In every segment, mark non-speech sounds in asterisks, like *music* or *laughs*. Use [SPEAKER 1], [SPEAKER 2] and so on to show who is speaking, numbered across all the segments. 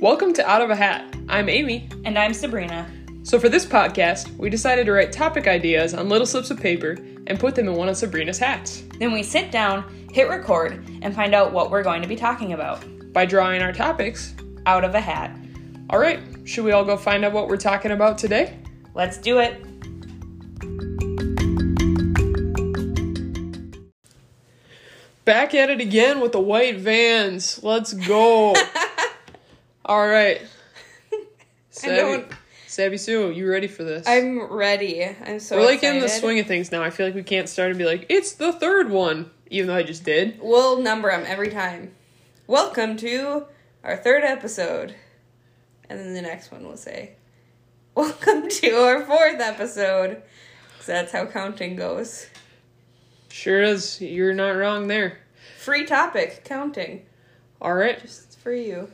[SPEAKER 1] Welcome to Out of a Hat. I'm Amy.
[SPEAKER 2] And I'm Sabrina.
[SPEAKER 1] So, for this podcast, we decided to write topic ideas on little slips of paper and put them in one of Sabrina's hats
[SPEAKER 2] Then we sit down, hit record, and find out what we're going to be talking about
[SPEAKER 1] by drawing our topics.
[SPEAKER 2] out of a hat.
[SPEAKER 1] All right, should we all go find out what we're talking about today?
[SPEAKER 2] Let's do it.
[SPEAKER 1] Back at it again with the white vans. Let's
[SPEAKER 3] *laughs*
[SPEAKER 1] go. all right. Savvy,
[SPEAKER 3] don't-
[SPEAKER 1] Savvy Sue, you ready for this?
[SPEAKER 3] I'm ready. I'm so.
[SPEAKER 1] We're like in the
[SPEAKER 3] excited.
[SPEAKER 1] swing of things now. I feel like we can't start and be like, it's the third one, even though I just did.
[SPEAKER 3] We'll number them every time. Welcome to *laughs* our third episode, and then the next one will say, "Welcome to our fourth episode." 'Cause that's how counting goes.
[SPEAKER 1] Sure is. You're not wrong there.
[SPEAKER 3] Free topic counting.
[SPEAKER 1] All right.
[SPEAKER 3] It's for you.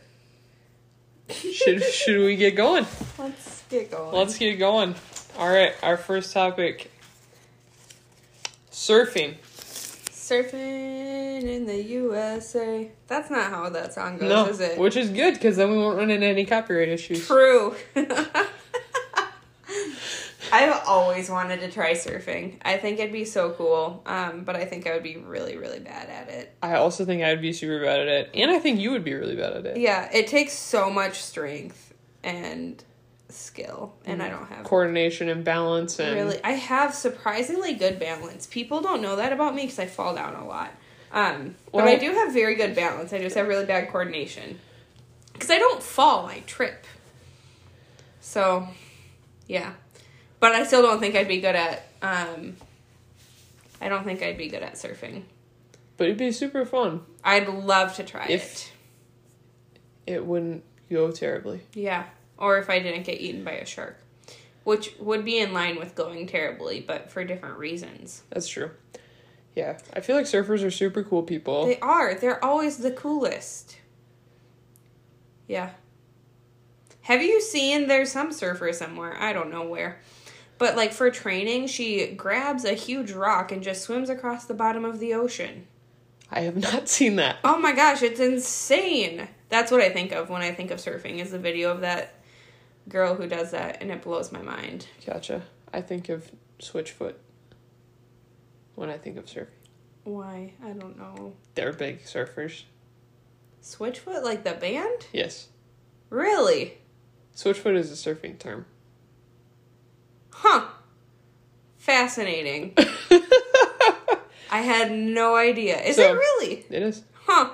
[SPEAKER 1] should should we get going?
[SPEAKER 3] Let's get going.
[SPEAKER 1] Let's get going. All right, our first topic: surfing.
[SPEAKER 3] Surfing in the USA. That's not how that song goes,
[SPEAKER 1] no,
[SPEAKER 3] is it?
[SPEAKER 1] which is good because then we won't run into any copyright issues.
[SPEAKER 3] True. *laughs* I've always wanted to try surfing. I think it'd be so cool, um, but I think I would be really, really bad at it.
[SPEAKER 1] I also think I'd be super bad at it, and I think you would be really bad at it.
[SPEAKER 3] Yeah, it takes so much strength and skill, and I don't have
[SPEAKER 1] Coordination and balance and
[SPEAKER 3] really. I have surprisingly good balance. People don't know that about me because I fall down a lot. Um, but
[SPEAKER 1] Well-
[SPEAKER 3] I do have very good balance. I just have really bad coordination because I don't fall; I trip. So, yeah, but I still don't think I'd be good at. Um, I don't think I'd be good at surfing.
[SPEAKER 1] but it'd be super fun.
[SPEAKER 3] I'd love to try
[SPEAKER 1] If-
[SPEAKER 3] it.
[SPEAKER 1] It wouldn't go terribly.
[SPEAKER 3] Yeah, or if I didn't get eaten by a shark, which would be in line with going terribly, but for different reasons.
[SPEAKER 1] That's true. Yeah, I feel like surfers are super cool people.
[SPEAKER 3] They are. They're always the coolest. Yeah. Have you seen there's some surfer somewhere, I don't know where. But like for training, she grabs a huge rock and just swims across the bottom of the ocean.
[SPEAKER 1] I have not *laughs* seen that.
[SPEAKER 3] Oh my gosh, it's insane. That's what I think of when I think of surfing is the video of that girl who does that and it blows my mind.
[SPEAKER 1] Gotcha. I think of Switchfoot when I think of surfing.
[SPEAKER 3] Why? I don't know.
[SPEAKER 1] They're big surfers.
[SPEAKER 3] Switchfoot like the band?
[SPEAKER 1] Yes.
[SPEAKER 3] Really?
[SPEAKER 1] Switchfoot is a surfing
[SPEAKER 3] *laughs*
[SPEAKER 1] term.
[SPEAKER 3] Huh. Fascinating.
[SPEAKER 1] it
[SPEAKER 3] I had no idea. Is
[SPEAKER 1] So-
[SPEAKER 3] it really?
[SPEAKER 1] is.
[SPEAKER 3] Huh.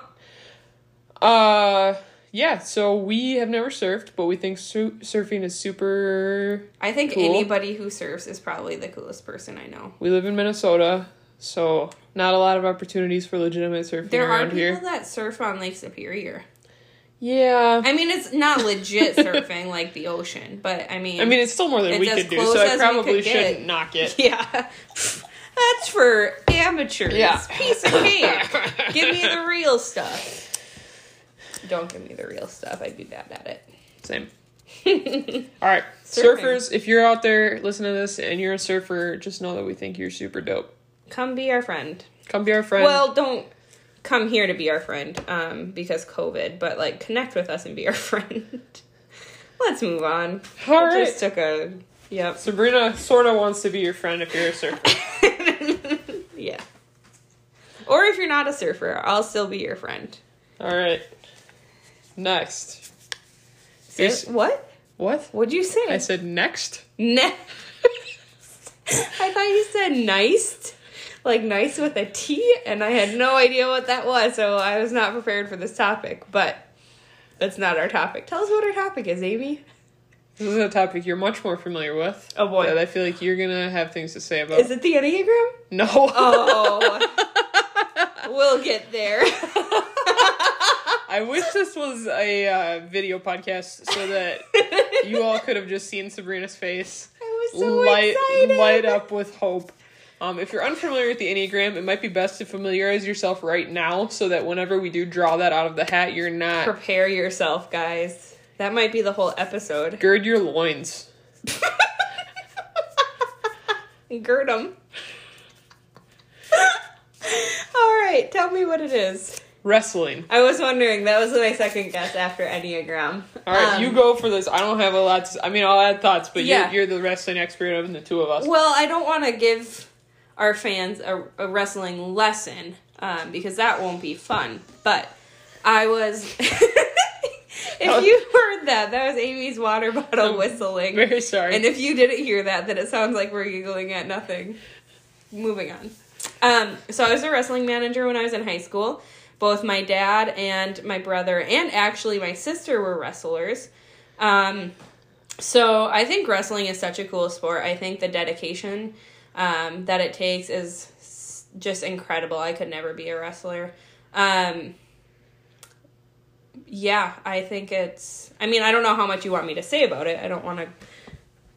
[SPEAKER 1] Uh yeah, so we have never surfed, but we think su- surfing is super
[SPEAKER 3] I think
[SPEAKER 1] Cool.
[SPEAKER 3] anybody who surfs is probably the coolest person I know.
[SPEAKER 1] We live in Minnesota, so not a lot of opportunities for legitimate surfing
[SPEAKER 3] There are
[SPEAKER 1] around
[SPEAKER 3] people
[SPEAKER 1] here.
[SPEAKER 3] that surf on Lake Superior.
[SPEAKER 1] Yeah.
[SPEAKER 3] I mean, it's not
[SPEAKER 1] *laughs*
[SPEAKER 3] legit surfing like the ocean, but I mean,
[SPEAKER 1] I mean, it's still more than
[SPEAKER 3] It's
[SPEAKER 1] we
[SPEAKER 3] as
[SPEAKER 1] could do,
[SPEAKER 3] close
[SPEAKER 1] so I
[SPEAKER 3] as we could
[SPEAKER 1] probably
[SPEAKER 3] get.
[SPEAKER 1] shouldn't knock
[SPEAKER 3] *laughs*
[SPEAKER 1] it. *laughs*
[SPEAKER 3] yeah, that's for amateurs.
[SPEAKER 1] Yeah.
[SPEAKER 3] piece of cake. give me the real stuff. Don't give me the real stuff. I'd be bad at it. *laughs*
[SPEAKER 1] Same. All right,
[SPEAKER 3] Surfing.
[SPEAKER 1] surfers, if you're out there listening to this and you're a surfer, just know that we think you're super dope.
[SPEAKER 3] Come be our friend.
[SPEAKER 1] Come be our friend.
[SPEAKER 3] Well, don't come here to be our friend um, because COVID, but like connect with us and be our *laughs* friend. Let's move on.
[SPEAKER 1] All
[SPEAKER 3] I
[SPEAKER 1] right.
[SPEAKER 3] just took a yep.
[SPEAKER 1] Sabrina sort of wants to be your friend if you're a surfer.
[SPEAKER 3] Yeah. Or if you're not a surfer, I'll still be your friend.
[SPEAKER 1] All right. Next.
[SPEAKER 3] Ser-
[SPEAKER 1] Is-
[SPEAKER 3] what?
[SPEAKER 1] What?
[SPEAKER 3] What'd you say?
[SPEAKER 1] I said next.
[SPEAKER 3] Ne- *laughs* I thought you said nice. Like nice with a T, and I had no idea what that was, so I was not prepared for this topic, but that's not our topic. Tell us what our topic is, Amy.
[SPEAKER 1] This is a topic you're much more familiar with.
[SPEAKER 3] Oh, boy.
[SPEAKER 1] That I feel like you're gonna have things to say about.
[SPEAKER 3] Is it the Enneagram?
[SPEAKER 1] no.
[SPEAKER 3] Oh, we'll get
[SPEAKER 1] *laughs*
[SPEAKER 3] there. *laughs*
[SPEAKER 1] I wish this was a uh, video podcast so
[SPEAKER 3] *laughs*
[SPEAKER 1] that you all could have just seen Sabrina's face
[SPEAKER 3] I was so
[SPEAKER 1] light
[SPEAKER 3] excited.
[SPEAKER 1] light up with hope. Um, if you're unfamiliar with the Enneagram, it might be best to familiarize yourself right now so that whenever we do draw that out of the hat, you're not
[SPEAKER 3] Prepare yourself, guys. That might be the whole episode.
[SPEAKER 1] gird your loins.
[SPEAKER 3] *laughs* Gird 'em. All right, tell me what it is.
[SPEAKER 1] Wrestling.
[SPEAKER 3] I was wondering. That was my second guess after Enneagram.
[SPEAKER 1] All right,
[SPEAKER 3] Um,
[SPEAKER 1] you go for this. I don't have a lot to. I mean, I'll add thoughts, but
[SPEAKER 3] Yeah.
[SPEAKER 1] you're, you're the wrestling expert of the two of us. *laughs*
[SPEAKER 3] Well, I don't want to give our fans a, a wrestling lesson um, because that won't be fun. But I was. *laughs* if you heard that, that was Amy's water bottle
[SPEAKER 1] Um,
[SPEAKER 3] whistling.
[SPEAKER 1] Very sorry.
[SPEAKER 3] And if you didn't hear that, then it sounds like we're giggling at nothing. Moving on. Um, so I was a wrestling manager when I was in high school. Both my dad and my brother, and actually my sister, were wrestlers. Um, so I think wrestling is such a cool sport. I think the dedication um, that it takes is s- just incredible. I could never be a wrestler. Um, yeah, I think it's. I mean, I don't know how much you want me to say about it. I don't want to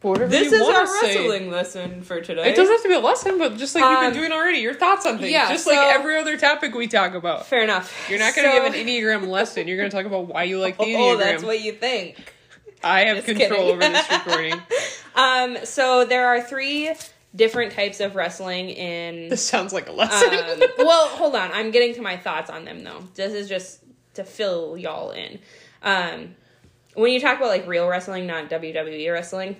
[SPEAKER 1] Whatever
[SPEAKER 3] this
[SPEAKER 1] you
[SPEAKER 3] is
[SPEAKER 1] wanna
[SPEAKER 3] our
[SPEAKER 1] say.
[SPEAKER 3] wrestling lesson for today.
[SPEAKER 1] It doesn't have to be a lesson, but just like you've
[SPEAKER 3] Um,
[SPEAKER 1] been doing already, your thoughts on things.
[SPEAKER 3] yeah,
[SPEAKER 1] just
[SPEAKER 3] so-
[SPEAKER 1] like every other topic we talk about.
[SPEAKER 3] Fair enough.
[SPEAKER 1] You're not going to
[SPEAKER 3] So- *laughs*
[SPEAKER 1] give an Enneagram lesson. You're going to talk about why you like the Enneagram.
[SPEAKER 3] Oh, that's what you think.
[SPEAKER 1] I have
[SPEAKER 3] Just
[SPEAKER 1] control
[SPEAKER 3] kidding.
[SPEAKER 1] over this recording.
[SPEAKER 3] *laughs* Um, so there are three different types of wrestling in.
[SPEAKER 1] This sounds like a *laughs* lesson.
[SPEAKER 3] Um, well, hold on. I'm getting to my thoughts on them though. This is just to fill y'all in. Um, when you talk about like real wrestling, not
[SPEAKER 1] *laughs*
[SPEAKER 3] WWE wrestling,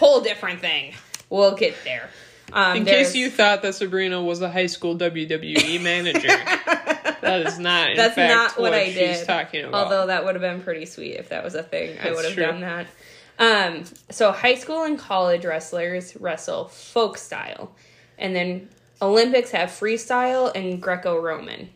[SPEAKER 3] whole different thing. We'll get there. Um,
[SPEAKER 1] In
[SPEAKER 3] there's-
[SPEAKER 1] case you thought that Sabrina was a high school WWE
[SPEAKER 3] *laughs*
[SPEAKER 1] manager, that is not. In
[SPEAKER 3] That's
[SPEAKER 1] fact,
[SPEAKER 3] not what, I
[SPEAKER 1] she's
[SPEAKER 3] did.
[SPEAKER 1] talking about.
[SPEAKER 3] Although that would have been pretty sweet if that was a thing. I
[SPEAKER 1] That's
[SPEAKER 3] would have
[SPEAKER 1] true.
[SPEAKER 3] done that. Um, so high school and college wrestlers wrestle folk style, and then Olympics have freestyle and Greco-Roman.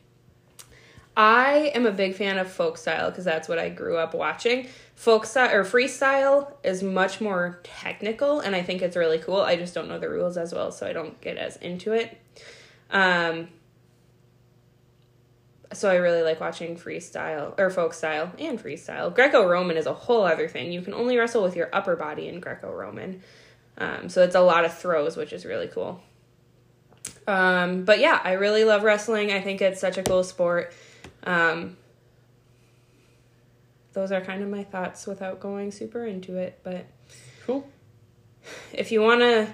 [SPEAKER 3] I am a big fan of folk style because that's what I grew up watching. Folk style or freestyle is much more technical, and I think it's really cool. I just don't know the rules as well, so I don't get as into it. Um, so I really like watching freestyle or folk style and freestyle. Greco Roman is a whole other thing. You can only wrestle with your upper body in Greco Roman. Um, so it's a lot of throws, which is really cool. Um, but yeah, I really love wrestling. I think it's such a cool sport. Um, those are kind of my thoughts without going super into it. But
[SPEAKER 1] cool.
[SPEAKER 3] if you want to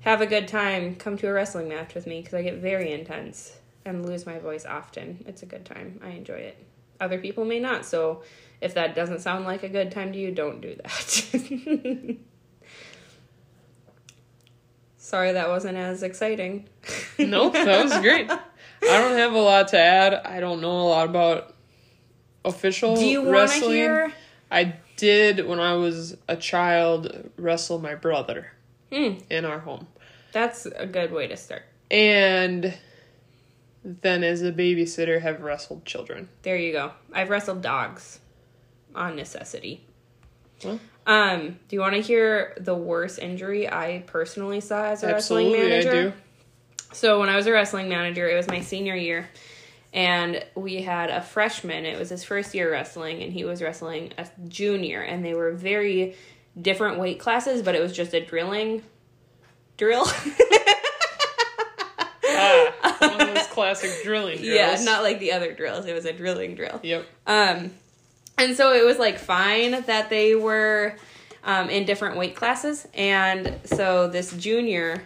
[SPEAKER 3] have a good time, come to a wrestling match with me because I get very intense and lose my voice often. It's a good time. I enjoy it. Other people may not. So if that doesn't sound like a good time to you, don't do that. *laughs* Sorry that wasn't as exciting. *laughs*
[SPEAKER 1] Nope, that was great. I don't have a lot to add. I don't know a lot about official
[SPEAKER 3] Do you want to
[SPEAKER 1] wrestling.
[SPEAKER 3] hear?
[SPEAKER 1] I did when I was a child wrestle my brother
[SPEAKER 3] Hmm,
[SPEAKER 1] in our home.
[SPEAKER 3] that's a good way to start.
[SPEAKER 1] And then as a babysitter have wrestled children.
[SPEAKER 3] There you go. I've wrestled dogs on necessity.
[SPEAKER 1] Well.
[SPEAKER 3] Um, do you want to hear the worst injury I personally saw as a
[SPEAKER 1] Absolutely I
[SPEAKER 3] wrestling manager?
[SPEAKER 1] do.
[SPEAKER 3] So when I was a wrestling manager, it was my senior year, and we had a freshman. It was his first year wrestling, and he was wrestling a junior, and they were very different weight classes, but it was just a drilling drill. *laughs*
[SPEAKER 1] Ah, one of those classic drilling drills.
[SPEAKER 3] *laughs* yeah, not like the other drills. It was a drilling drill.
[SPEAKER 1] Yep.
[SPEAKER 3] Um, and so it was like fine that they were um, in different weight classes. And so this junior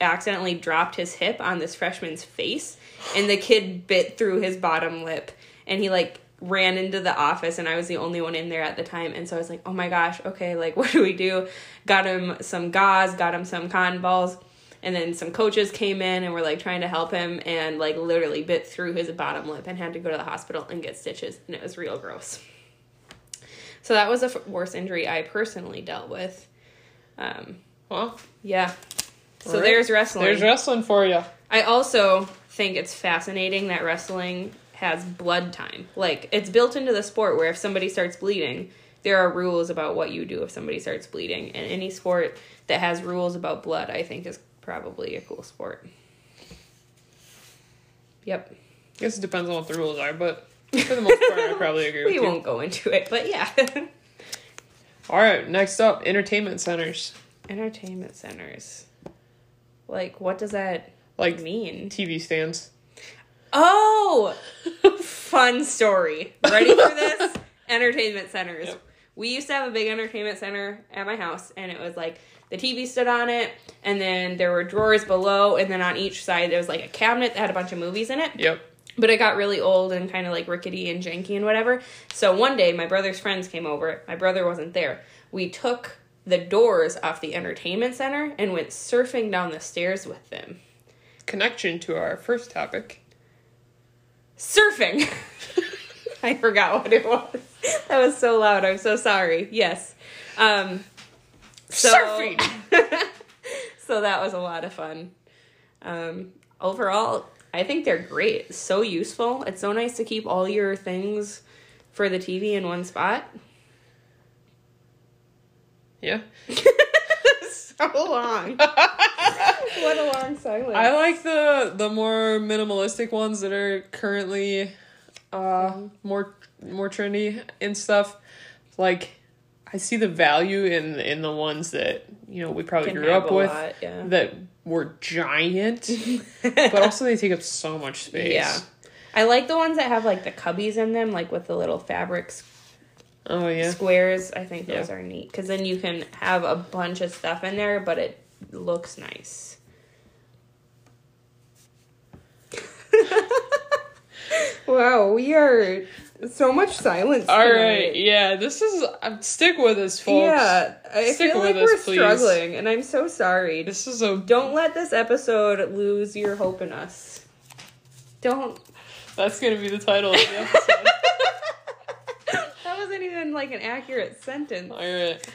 [SPEAKER 3] accidentally dropped his hip on this freshman's face, and the kid bit through his bottom lip. And he like ran into the office, and I was the only one in there at the time. And so I was like, oh my gosh, okay, like *laughs* what do we do? Got him some gauze, got him some cotton balls. And then some coaches came in and were like trying to help him and like literally bit through his bottom lip and had to go to the hospital and get stitches. And it was real gross. So that was the f- worst injury I personally dealt with. Um,
[SPEAKER 1] Well,
[SPEAKER 3] yeah. So
[SPEAKER 1] Alright.
[SPEAKER 3] there's wrestling.
[SPEAKER 1] there's wrestling for you.
[SPEAKER 3] I also think it's fascinating that wrestling has blood time. Like it's built into the sport where if somebody starts bleeding, there are rules about what you do if somebody starts bleeding. And any sport that has rules about blood, I think is probably a cool sport. Yep.
[SPEAKER 1] guess it depends on what the rules are, but for the most part, I
[SPEAKER 3] *laughs*
[SPEAKER 1] probably agree with
[SPEAKER 3] We
[SPEAKER 1] you.
[SPEAKER 3] won't go into it, but yeah. *laughs*
[SPEAKER 1] All right, next up, entertainment centers
[SPEAKER 3] Entertainment centers. Like what does that
[SPEAKER 1] like
[SPEAKER 3] mean?
[SPEAKER 1] TV stands.
[SPEAKER 3] Oh, fun story. Ready for this? entertainment centers.
[SPEAKER 1] Yep.
[SPEAKER 3] We used to have a big entertainment center at my house, and it was like the TV stood on it, and then there were drawers below, and then on each side there was like a cabinet that had a bunch of movies in it.
[SPEAKER 1] *laughs* Yep.
[SPEAKER 3] But it got really old and kind of like rickety and janky and whatever. So one day, my brother's friends came over. My brother wasn't there. We took the doors off the entertainment center and went surfing down the stairs with them.
[SPEAKER 1] Connection to our first topic.
[SPEAKER 3] Surfing! *laughs* I forgot what it was. *laughs* That was so loud. I'm so sorry. Yes. Um, so-
[SPEAKER 1] Surfing!
[SPEAKER 3] so that was a lot of fun. Um, overall, I think they're great. It's so useful. It's so nice to keep all your things for the TV in one spot. *laughs*
[SPEAKER 1] Yeah.
[SPEAKER 3] so
[SPEAKER 1] *laughs*
[SPEAKER 3] long. what a long silence.
[SPEAKER 1] I like the the more minimalistic ones that are currently uh
[SPEAKER 3] Mm-hmm.
[SPEAKER 1] more more trendy and stuff. Like I see the value in in the ones that, you know, we probably
[SPEAKER 3] Can
[SPEAKER 1] grew
[SPEAKER 3] have
[SPEAKER 1] up
[SPEAKER 3] a
[SPEAKER 1] with
[SPEAKER 3] lot, yeah.
[SPEAKER 1] that were
[SPEAKER 3] *laughs*
[SPEAKER 1] giant. but also they take up so much space.
[SPEAKER 3] yeah. I like the ones that have like the cubbies in them, like with the little fabrics
[SPEAKER 1] Oh yeah.
[SPEAKER 3] squares. I think those
[SPEAKER 1] Yeah.
[SPEAKER 3] are neat because then you can have a bunch of stuff in there, but it looks nice. *laughs* wow, we are so much silence.
[SPEAKER 1] All right. Yeah, this is uh, stick with us folks.
[SPEAKER 3] Yeah, I
[SPEAKER 1] Stick
[SPEAKER 3] feel
[SPEAKER 1] with
[SPEAKER 3] like
[SPEAKER 1] us,
[SPEAKER 3] we're
[SPEAKER 1] please.
[SPEAKER 3] struggling, and I'm so sorry.
[SPEAKER 1] This is a
[SPEAKER 3] Don't let this episode lose your hope in us. Don't.
[SPEAKER 1] that's going to be the title of the
[SPEAKER 3] *laughs*
[SPEAKER 1] episode.
[SPEAKER 3] That wasn't even like an accurate sentence.
[SPEAKER 1] All right.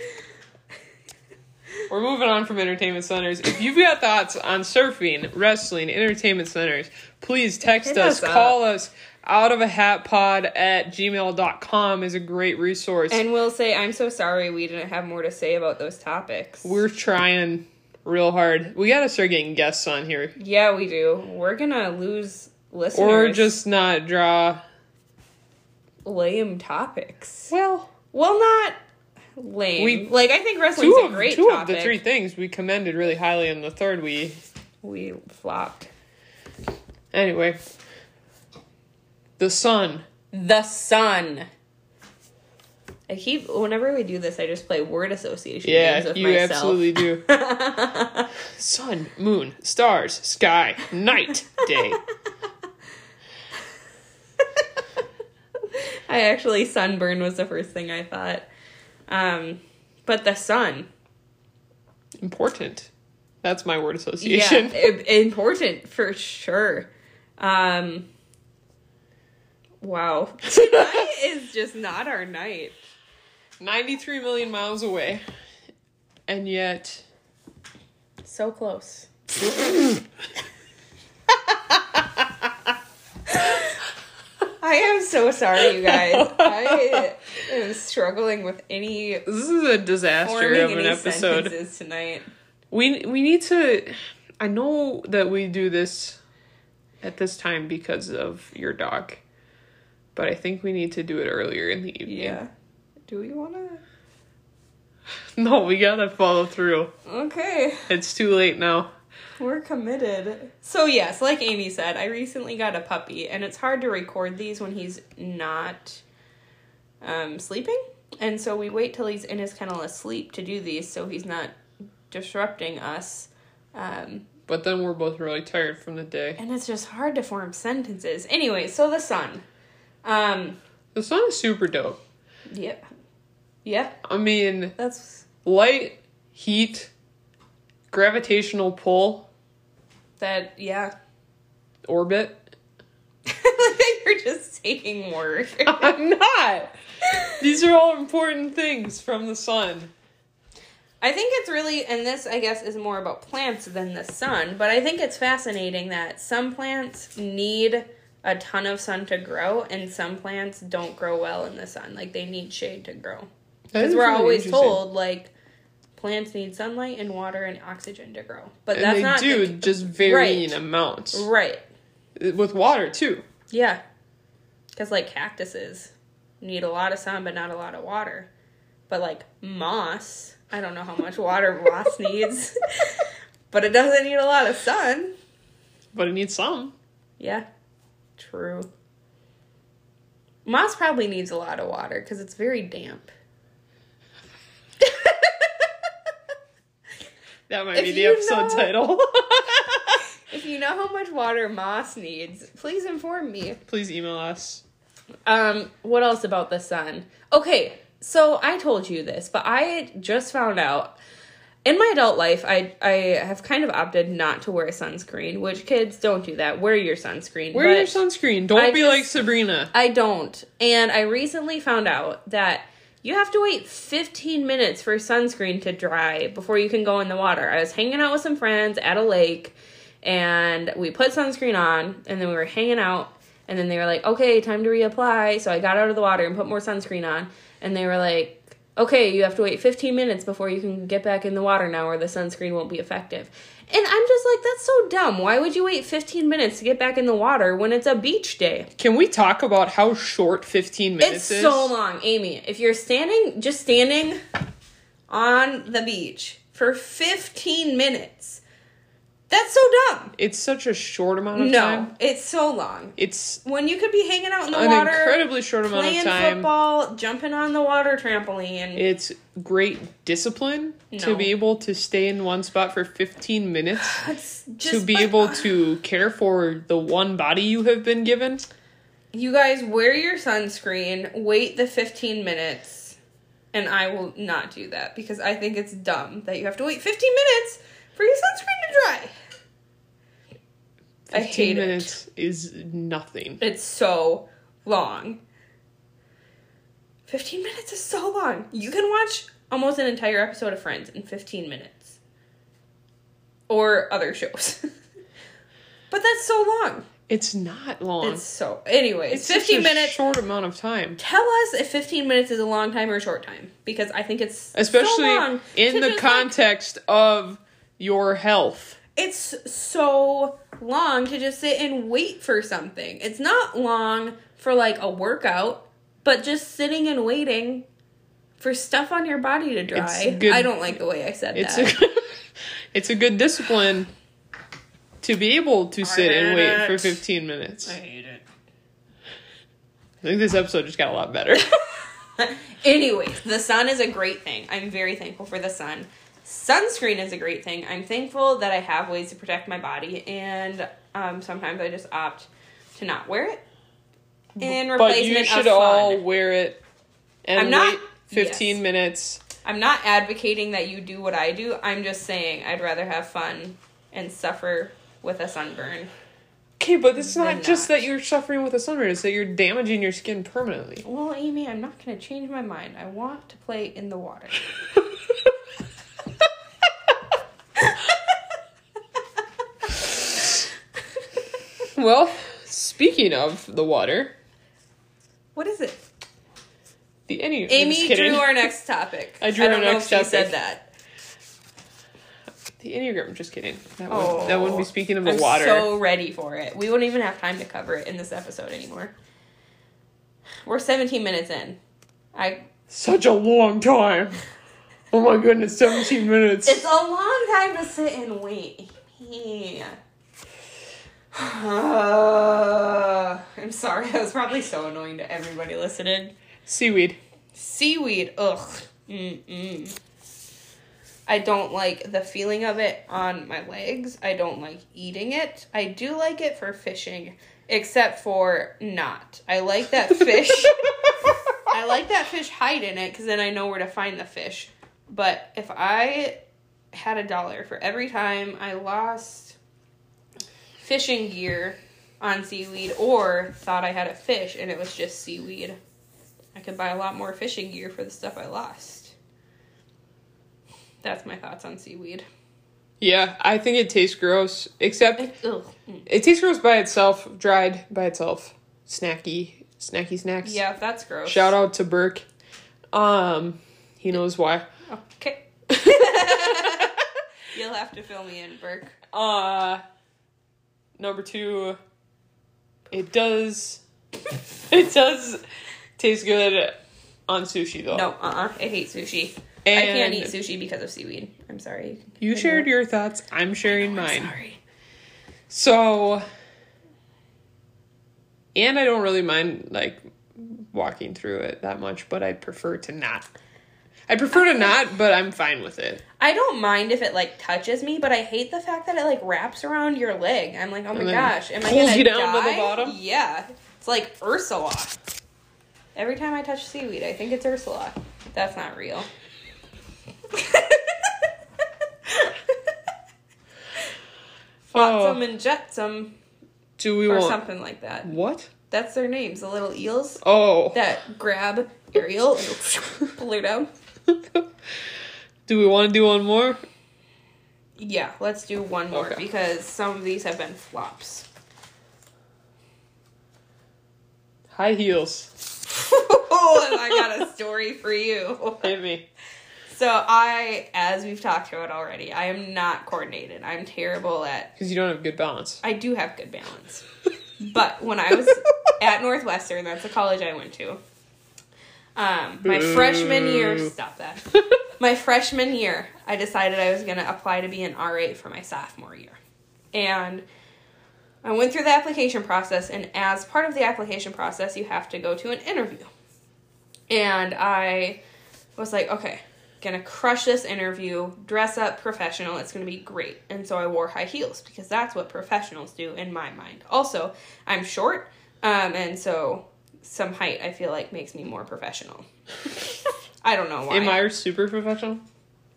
[SPEAKER 1] We're moving on from entertainment centers. If you've got thoughts on surfing, wrestling, entertainment centers, please text
[SPEAKER 3] Hit
[SPEAKER 1] us,
[SPEAKER 3] us up.
[SPEAKER 1] call us. Out of a hat pod at gmail.com is a great resource.
[SPEAKER 3] And we'll say, I'm so sorry we didn't have more to say about those topics.
[SPEAKER 1] We're trying real hard. We got to start getting guests on here
[SPEAKER 3] yeah, we do. We're gonna lose listeners.
[SPEAKER 1] or just not draw.
[SPEAKER 3] lame topics.
[SPEAKER 1] Well,
[SPEAKER 3] Well, not lame.
[SPEAKER 1] We-
[SPEAKER 3] like I think wrestling's
[SPEAKER 1] two
[SPEAKER 3] a
[SPEAKER 1] of,
[SPEAKER 3] great
[SPEAKER 1] two of
[SPEAKER 3] topic.
[SPEAKER 1] the three things we commended really highly, and the third we.
[SPEAKER 3] We flopped.
[SPEAKER 1] Anyway. The sun.
[SPEAKER 3] The sun. I keep whenever we do this, I just play word association games
[SPEAKER 1] Yeah,
[SPEAKER 3] with
[SPEAKER 1] you
[SPEAKER 3] myself.
[SPEAKER 1] absolutely
[SPEAKER 3] *laughs*
[SPEAKER 1] do. Sun, moon, stars, sky, night,
[SPEAKER 3] *laughs*
[SPEAKER 1] day.
[SPEAKER 3] I actually sunburn was the first thing I thought. Um, but the sun.
[SPEAKER 1] Important. That's my word
[SPEAKER 3] Yeah,
[SPEAKER 1] association.
[SPEAKER 3] i- important for sure. Um, wow, *laughs*
[SPEAKER 1] *laughs*
[SPEAKER 3] tonight is just not our night.
[SPEAKER 1] 93 million miles away. And yet.
[SPEAKER 3] So close. I am so sorry, you guys.
[SPEAKER 1] *laughs*
[SPEAKER 3] I am struggling with any
[SPEAKER 1] This is a disaster
[SPEAKER 3] forming
[SPEAKER 1] of an
[SPEAKER 3] any
[SPEAKER 1] episode.
[SPEAKER 3] sentences tonight.
[SPEAKER 1] We we need to I know that we do this at this time because of your dog. But I think we need to do it earlier in the evening.
[SPEAKER 3] Yeah. Do we want to?
[SPEAKER 1] *laughs* No, we gotta follow through.
[SPEAKER 3] Okay.
[SPEAKER 1] It's too late now.
[SPEAKER 3] We're committed. So, yes, like Amy said, I recently got a puppy, and it's hard to record these when he's not um, sleeping. And so we wait till he's in his kennel asleep to do these so he's not disrupting us. Um,
[SPEAKER 1] But then we're both really tired from the day.
[SPEAKER 3] and it's just hard to form sentences. Anyway, so the sun. Um,
[SPEAKER 1] The sun is super dope.
[SPEAKER 3] yep. Yep.
[SPEAKER 1] I mean,
[SPEAKER 3] That's
[SPEAKER 1] light, heat, gravitational pull,
[SPEAKER 3] that, yeah. *laughs*
[SPEAKER 1] orbit. *laughs*
[SPEAKER 3] You're just
[SPEAKER 1] *laughs*
[SPEAKER 3] taking words.
[SPEAKER 1] I'm *laughs* not. These are all important things from the sun.
[SPEAKER 3] I think it's really, and this I guess is more about plants than the sun, but I think it's fascinating that some plants need a ton of sun to grow and some plants don't grow well in the sun. Like they need shade to grow.
[SPEAKER 1] That
[SPEAKER 3] Because
[SPEAKER 1] is
[SPEAKER 3] we're
[SPEAKER 1] really
[SPEAKER 3] always
[SPEAKER 1] interesting.
[SPEAKER 3] told, like, plants need sunlight and water and oxygen to grow. But
[SPEAKER 1] And
[SPEAKER 3] that's
[SPEAKER 1] they
[SPEAKER 3] not.
[SPEAKER 1] do,
[SPEAKER 3] the-
[SPEAKER 1] just varying
[SPEAKER 3] Right.
[SPEAKER 1] amounts.
[SPEAKER 3] right.
[SPEAKER 1] With water, too.
[SPEAKER 3] Yeah. Because, like, cactuses need a lot of sun but not a lot of water. But, like, moss, I don't know how much water moss needs, but it doesn't need a lot of sun.
[SPEAKER 1] But it needs some.
[SPEAKER 3] Yeah. True. Moss probably needs a lot of water because it's very damp.
[SPEAKER 1] That might
[SPEAKER 3] If
[SPEAKER 1] be the
[SPEAKER 3] you
[SPEAKER 1] episode
[SPEAKER 3] know-
[SPEAKER 1] title.
[SPEAKER 3] If you know how much water moss needs, please inform me.
[SPEAKER 1] *laughs* Please email us.
[SPEAKER 3] Um, what else about the sun? Okay, so I told you this, but I just found out in my adult life I I have kind of opted not to wear sunscreen, which kids don't do that. Wear your sunscreen.
[SPEAKER 1] Wear your
[SPEAKER 3] but
[SPEAKER 1] sunscreen. Don't
[SPEAKER 3] I
[SPEAKER 1] be
[SPEAKER 3] just-
[SPEAKER 1] like Sabrina.
[SPEAKER 3] I don't. And I recently found out that you have to wait 15 minutes for sunscreen to dry before you can go in the water. I was hanging out with some friends at a lake and we put sunscreen on and then we were hanging out and then they were like, "Okay, time to reapply." So I got out of the water and put more sunscreen on and they were like, "Okay, you have to wait 15 minutes before you can get back in the water now or the sunscreen won't be effective." And I'm just like, "That's so dumb. Why would you wait 15 minutes to get back in the water when it's a beach day?"
[SPEAKER 1] Can we talk about how short 15 minutes
[SPEAKER 3] It's
[SPEAKER 1] is?
[SPEAKER 3] so long, Amy. If you're standing, just standing on the beach for 15 minutes, that's so dumb.
[SPEAKER 1] It's such a short amount of
[SPEAKER 3] No,
[SPEAKER 1] time.
[SPEAKER 3] it's so long.
[SPEAKER 1] It's
[SPEAKER 3] When you could be hanging out in the
[SPEAKER 1] an
[SPEAKER 3] water,
[SPEAKER 1] incredibly short amount
[SPEAKER 3] playing
[SPEAKER 1] of time.
[SPEAKER 3] football, jumping on the water trampoline.
[SPEAKER 1] It's great discipline
[SPEAKER 3] No.
[SPEAKER 1] to be able to stay in one spot for 15 minutes.
[SPEAKER 3] It's
[SPEAKER 1] to
[SPEAKER 3] just-
[SPEAKER 1] be
[SPEAKER 3] but- *sighs*
[SPEAKER 1] able to care for the one body you have been given.
[SPEAKER 3] You guys wear your sunscreen, wait the 15 minutes, and I will not do that because I think it's dumb that you have to wait 15 minutes for your sunscreen to dry. I
[SPEAKER 1] 15
[SPEAKER 3] hate it.
[SPEAKER 1] minutes is nothing.
[SPEAKER 3] It's so long. 15 minutes is so long. You can watch almost an entire episode of Friends in 15 minutes or other shows. *laughs* but that's so long.
[SPEAKER 1] It's not long.
[SPEAKER 3] It's so. Anyway, it's
[SPEAKER 1] such
[SPEAKER 3] 15
[SPEAKER 1] a
[SPEAKER 3] minutes.
[SPEAKER 1] Short amount of time.
[SPEAKER 3] Tell us if 15 minutes is a long time or a short time because I think it's so
[SPEAKER 1] Especially
[SPEAKER 3] long to
[SPEAKER 1] in the
[SPEAKER 3] just, like,
[SPEAKER 1] context of your health.
[SPEAKER 3] it's so long to just sit and wait for something. It's not long for like a workout, but just sitting and waiting for stuff on your body to dry.
[SPEAKER 1] It's good-
[SPEAKER 3] I don't like the way I said
[SPEAKER 1] It's
[SPEAKER 3] that.
[SPEAKER 1] a *laughs* it's a good discipline to be able to sit and wait for 15 minutes.
[SPEAKER 3] I
[SPEAKER 1] I
[SPEAKER 3] hate it.
[SPEAKER 1] think this episode just got a lot
[SPEAKER 3] *laughs*
[SPEAKER 1] better.
[SPEAKER 3] Anyway, the sun is a great thing. I'm very thankful for the sun. Sunscreen is a great thing. I'm thankful that I have ways to protect my body, and um, sometimes I just opt to not wear it. And
[SPEAKER 1] but
[SPEAKER 3] replacement
[SPEAKER 1] you
[SPEAKER 3] of
[SPEAKER 1] should
[SPEAKER 3] fun.
[SPEAKER 1] all wear it and
[SPEAKER 3] I'm not-
[SPEAKER 1] wait 15
[SPEAKER 3] yes.
[SPEAKER 1] minutes.
[SPEAKER 3] I'm not advocating that you do what I do. I'm just saying I'd rather have fun and suffer with a sunburn.
[SPEAKER 1] Okay, but it's
[SPEAKER 3] Then
[SPEAKER 1] not just
[SPEAKER 3] not.
[SPEAKER 1] that you're suffering with a sunburn, it's that you're damaging your skin permanently.
[SPEAKER 3] Well, Amy, I'm not going to change my mind. I want to play in the water.
[SPEAKER 1] well, speaking of the water,
[SPEAKER 3] what is it?
[SPEAKER 1] the Enneagram.
[SPEAKER 3] Amy drew our next topic.
[SPEAKER 1] I drew
[SPEAKER 3] I don't
[SPEAKER 1] our
[SPEAKER 3] know
[SPEAKER 1] next
[SPEAKER 3] if she said
[SPEAKER 1] topic.
[SPEAKER 3] that.
[SPEAKER 1] The Enneagram, just kidding. That, would, that would be speaking of the
[SPEAKER 3] I'm
[SPEAKER 1] water.
[SPEAKER 3] so ready for it. We won't even have time to cover it in this episode anymore. We're 17 minutes in. I
[SPEAKER 1] Such a long time. Oh my goodness, 17 minutes.
[SPEAKER 3] It's a long time to sit and wait. *sighs* Yeah. I'm sorry, I was probably so annoying to everybody listening.
[SPEAKER 1] Seaweed. *laughs*
[SPEAKER 3] Seaweed, ugh. Mm-mm. I don't like the feeling of it on my legs. I don't like eating it. I do like it for fishing, except for not. I like that fish. I like that fish hide in it because then I know where to find the fish. But if I had a dollar for every time I lost fishing gear on seaweed or thought I had a fish and it was just seaweed, I could buy a lot more fishing gear for the stuff I lost. That's my thoughts on seaweed.
[SPEAKER 1] Yeah, I think it tastes gross. Except
[SPEAKER 3] Ugh. Mm.
[SPEAKER 1] it tastes gross by itself, dried by itself. Snacky, snacky snacks.
[SPEAKER 3] Yeah, that's gross.
[SPEAKER 1] Shout out to Burke. Um, he knows why.
[SPEAKER 3] Okay. *laughs* You'll have to fill me in, Burke.
[SPEAKER 1] Uh, number two, it does, *laughs* it does taste good on sushi though.
[SPEAKER 3] No, uh uh I hate sushi. I can't eat sushi because of seaweed. I'm sorry.
[SPEAKER 1] You shared your thoughts. I'm sharing mine.
[SPEAKER 3] Sorry.
[SPEAKER 1] So, and I don't really mind like walking through it that much, but I'd prefer to not. I prefer to not, but I'm fine with it.
[SPEAKER 3] I don't mind if it like touches me, but I hate the fact that it like wraps around your leg. I'm like, oh my
[SPEAKER 1] And then
[SPEAKER 3] gosh, am I
[SPEAKER 1] pulls
[SPEAKER 3] gonna
[SPEAKER 1] you down to
[SPEAKER 3] die?
[SPEAKER 1] the bottom?
[SPEAKER 3] Yeah, it's like Ursula. Every time I touch seaweed, I think it's Ursula. That's not real. Flotsam
[SPEAKER 1] Oh,
[SPEAKER 3] and jetsam,
[SPEAKER 1] do we
[SPEAKER 3] or
[SPEAKER 1] want
[SPEAKER 3] something like that.
[SPEAKER 1] what?
[SPEAKER 3] That's their names, the little eels
[SPEAKER 1] Oh, *laughs*
[SPEAKER 3] that grab Ariel and pull her down.
[SPEAKER 1] do we want to do one more?
[SPEAKER 3] Yeah, let's do one more
[SPEAKER 1] Okay.
[SPEAKER 3] because some of these have been flops. *laughs*
[SPEAKER 1] High heels.
[SPEAKER 3] oh, and I got a story for you.
[SPEAKER 1] Hit me.
[SPEAKER 3] So I, as we've talked about already, I am not coordinated. I'm terrible at.
[SPEAKER 1] Because you don't have good
[SPEAKER 3] *laughs*
[SPEAKER 1] balance.
[SPEAKER 3] I do have good balance, but when I
[SPEAKER 1] *laughs*
[SPEAKER 3] was at Northwestern, that's the college I went to. Um, my
[SPEAKER 1] Boo.
[SPEAKER 3] freshman year. Stop that. my freshman year, I decided I was going to apply to be an R8 for my sophomore year. And I went through the application process, and as part of the application process, you have to go to an interview. And I was like, okay, gonna crush this interview, dress up professional, it's gonna be great. And so I wore high heels because that's what professionals do in my mind. Also, I'm short, um, and so some height I feel like makes me more professional. *laughs* I don't know why.
[SPEAKER 1] Am I super professional?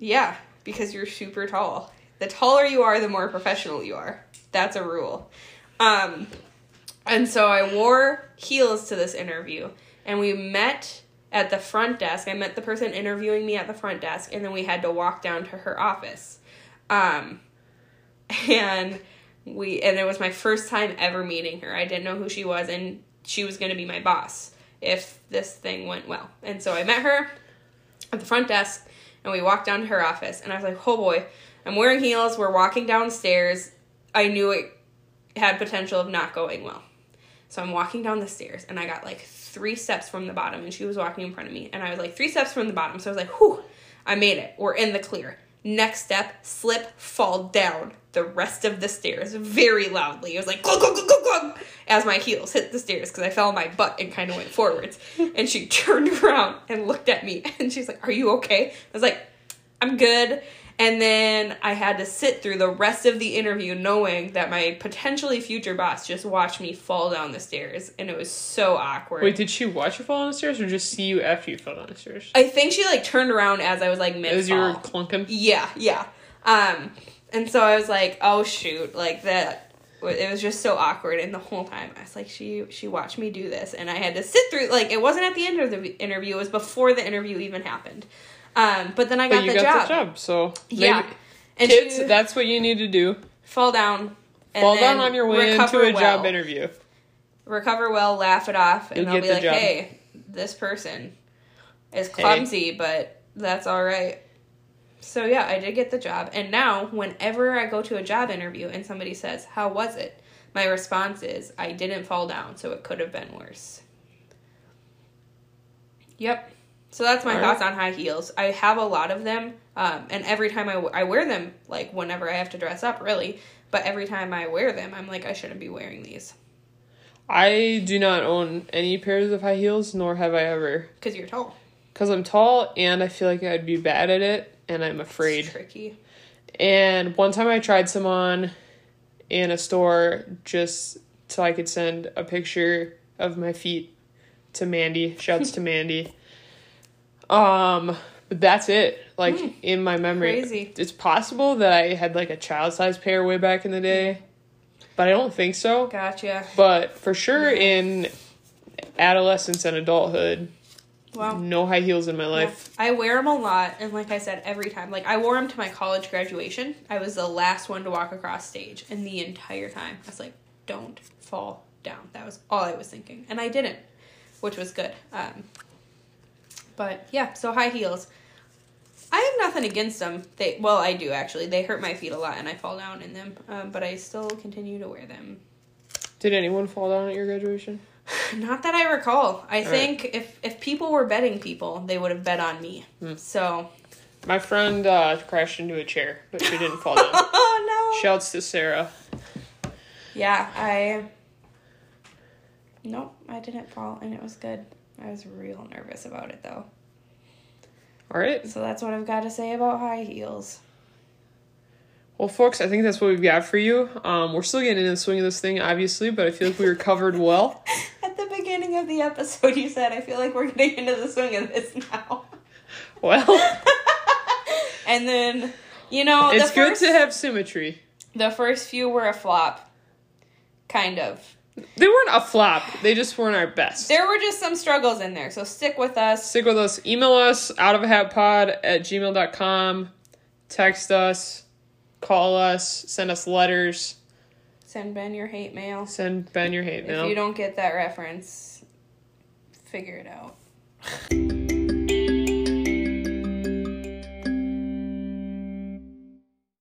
[SPEAKER 3] Yeah, because you're super tall. The taller you are, the more professional you are. That's a rule. Um, and so I wore heels to this interview, and we met at the front desk. I met the person interviewing me at the front desk, and then we had to walk down to her office. Um, *laughs* and we and it was my first time ever meeting her. I didn't know who she was, and she was going to be my boss if this thing went well. And so I met her at the front desk and we walked down to her office and i was like oh boy i'm wearing heels we're walking downstairs i knew it had potential of not going well so i'm walking down the stairs and i got like three steps from the bottom and she was walking in front of me and i was like three steps from the bottom so i was like whew i made it we're in the clear next step slip fall down the rest of the stairs very loudly it was like glug, glug, glug, glug, glug, as my heels hit the stairs because i fell on my butt and kind of went forwards and she *laughs* turned around and looked at me and she's like are you okay i was like I'm good. And then I had to sit through the rest of the interview knowing that my potentially future boss just watched me fall down the stairs. And it was so awkward.
[SPEAKER 1] Wait, did she watch you fall down the stairs or just see you after you fell down the stairs?
[SPEAKER 3] I think she like turned around as I was like mid
[SPEAKER 1] As you were clunking?
[SPEAKER 3] Yeah, yeah. Um, and so I was like, oh shoot, like that. It was just so awkward, and the whole time I was like, she she watched me do this, and I had to sit through. Like it wasn't at the end of the interview; it was before the interview even happened. Um, but then I got,
[SPEAKER 1] But you
[SPEAKER 3] the,
[SPEAKER 1] got
[SPEAKER 3] job.
[SPEAKER 1] the job, so maybe
[SPEAKER 3] Yeah, and
[SPEAKER 1] kids,
[SPEAKER 3] she-
[SPEAKER 1] that's what you need to do.
[SPEAKER 3] fall down. And
[SPEAKER 1] Fall
[SPEAKER 3] then
[SPEAKER 1] down on your way into
[SPEAKER 3] recover
[SPEAKER 1] a job
[SPEAKER 3] well.
[SPEAKER 1] interview.
[SPEAKER 3] Recover well, laugh it off, and
[SPEAKER 1] You'll
[SPEAKER 3] I'll
[SPEAKER 1] get
[SPEAKER 3] be
[SPEAKER 1] the
[SPEAKER 3] like,
[SPEAKER 1] job.
[SPEAKER 3] hey, this person is clumsy, but that's all right. So, yeah, I did get the job. And now, whenever I go to a job interview and somebody says, how was it? My response is, I didn't fall down, so it could have been worse. Yep. So that's my
[SPEAKER 1] All
[SPEAKER 3] thoughts on high heels. I have a lot of them, um, and every time I, w- I wear them, like whenever I have to dress up, really. But every time I wear them, I'm like, I shouldn't be wearing these
[SPEAKER 1] I do not own any pairs of high heels, nor have I ever.
[SPEAKER 3] because you're tall.
[SPEAKER 1] Because I'm tall and I feel like I'd be bad at it, and I'm afraid.
[SPEAKER 3] It's tricky.
[SPEAKER 1] And one time I tried some on in a store just so I could send a picture of my feet to Mandy. Shouts to Mandy. Um, but that's it. Like in my memory,
[SPEAKER 3] Hmm. Crazy.
[SPEAKER 1] it's possible that I had like a child size pair way back in the day, but I don't think so.
[SPEAKER 3] Gotcha.
[SPEAKER 1] But for sure in adolescence and adulthood,
[SPEAKER 3] Wow.
[SPEAKER 1] no high heels in my
[SPEAKER 3] Yeah.
[SPEAKER 1] life.
[SPEAKER 3] I wear them a lot, and like I said, every time. Like I wore them to my college graduation. I was the last one to walk across stage, and the entire time I was like, "Don't fall down." That was all I was thinking, and I didn't, which was good. Um, but yeah, so high heels. I have nothing against them. They well, I do actually. They hurt my feet a lot, and I fall down in them. Um, but I still continue to wear them
[SPEAKER 1] Did anyone fall down at your graduation?
[SPEAKER 3] Not that I recall. I
[SPEAKER 1] right.
[SPEAKER 3] think if if people were betting people, they would have bet on me. So *laughs*
[SPEAKER 1] My friend uh, crashed into a chair, but she didn't fall down.
[SPEAKER 3] oh no.
[SPEAKER 1] Shouts to Sarah.
[SPEAKER 3] yeah, I Nope, I didn't fall and it was good. I was real nervous about it though.
[SPEAKER 1] All right.
[SPEAKER 3] So that's what I've got to say about high heels. *laughs*
[SPEAKER 1] Well, folks, I think that's what we've got for you. Um, we're still getting in the swing of this thing, obviously, but I feel like we were covered well. *laughs*
[SPEAKER 3] At the beginning of the episode, you said, I feel like we're getting into the swing of this now.
[SPEAKER 1] Well,
[SPEAKER 3] and then, you
[SPEAKER 2] Oh,
[SPEAKER 3] know,
[SPEAKER 1] it's
[SPEAKER 3] the,
[SPEAKER 1] good
[SPEAKER 3] first,
[SPEAKER 1] to have symmetry.
[SPEAKER 3] the first few were a flop. Kind of.
[SPEAKER 1] They weren't a flop. They just weren't our best.
[SPEAKER 3] There were just some struggles in there, so stick with us.
[SPEAKER 1] Stick with us. Email us out of a hat pod at gmail.com. Text us. Call us. Send us letters.
[SPEAKER 3] Send Ben your hate mail.
[SPEAKER 1] Send Ben your hate mail.
[SPEAKER 3] If you don't get that reference, figure it out.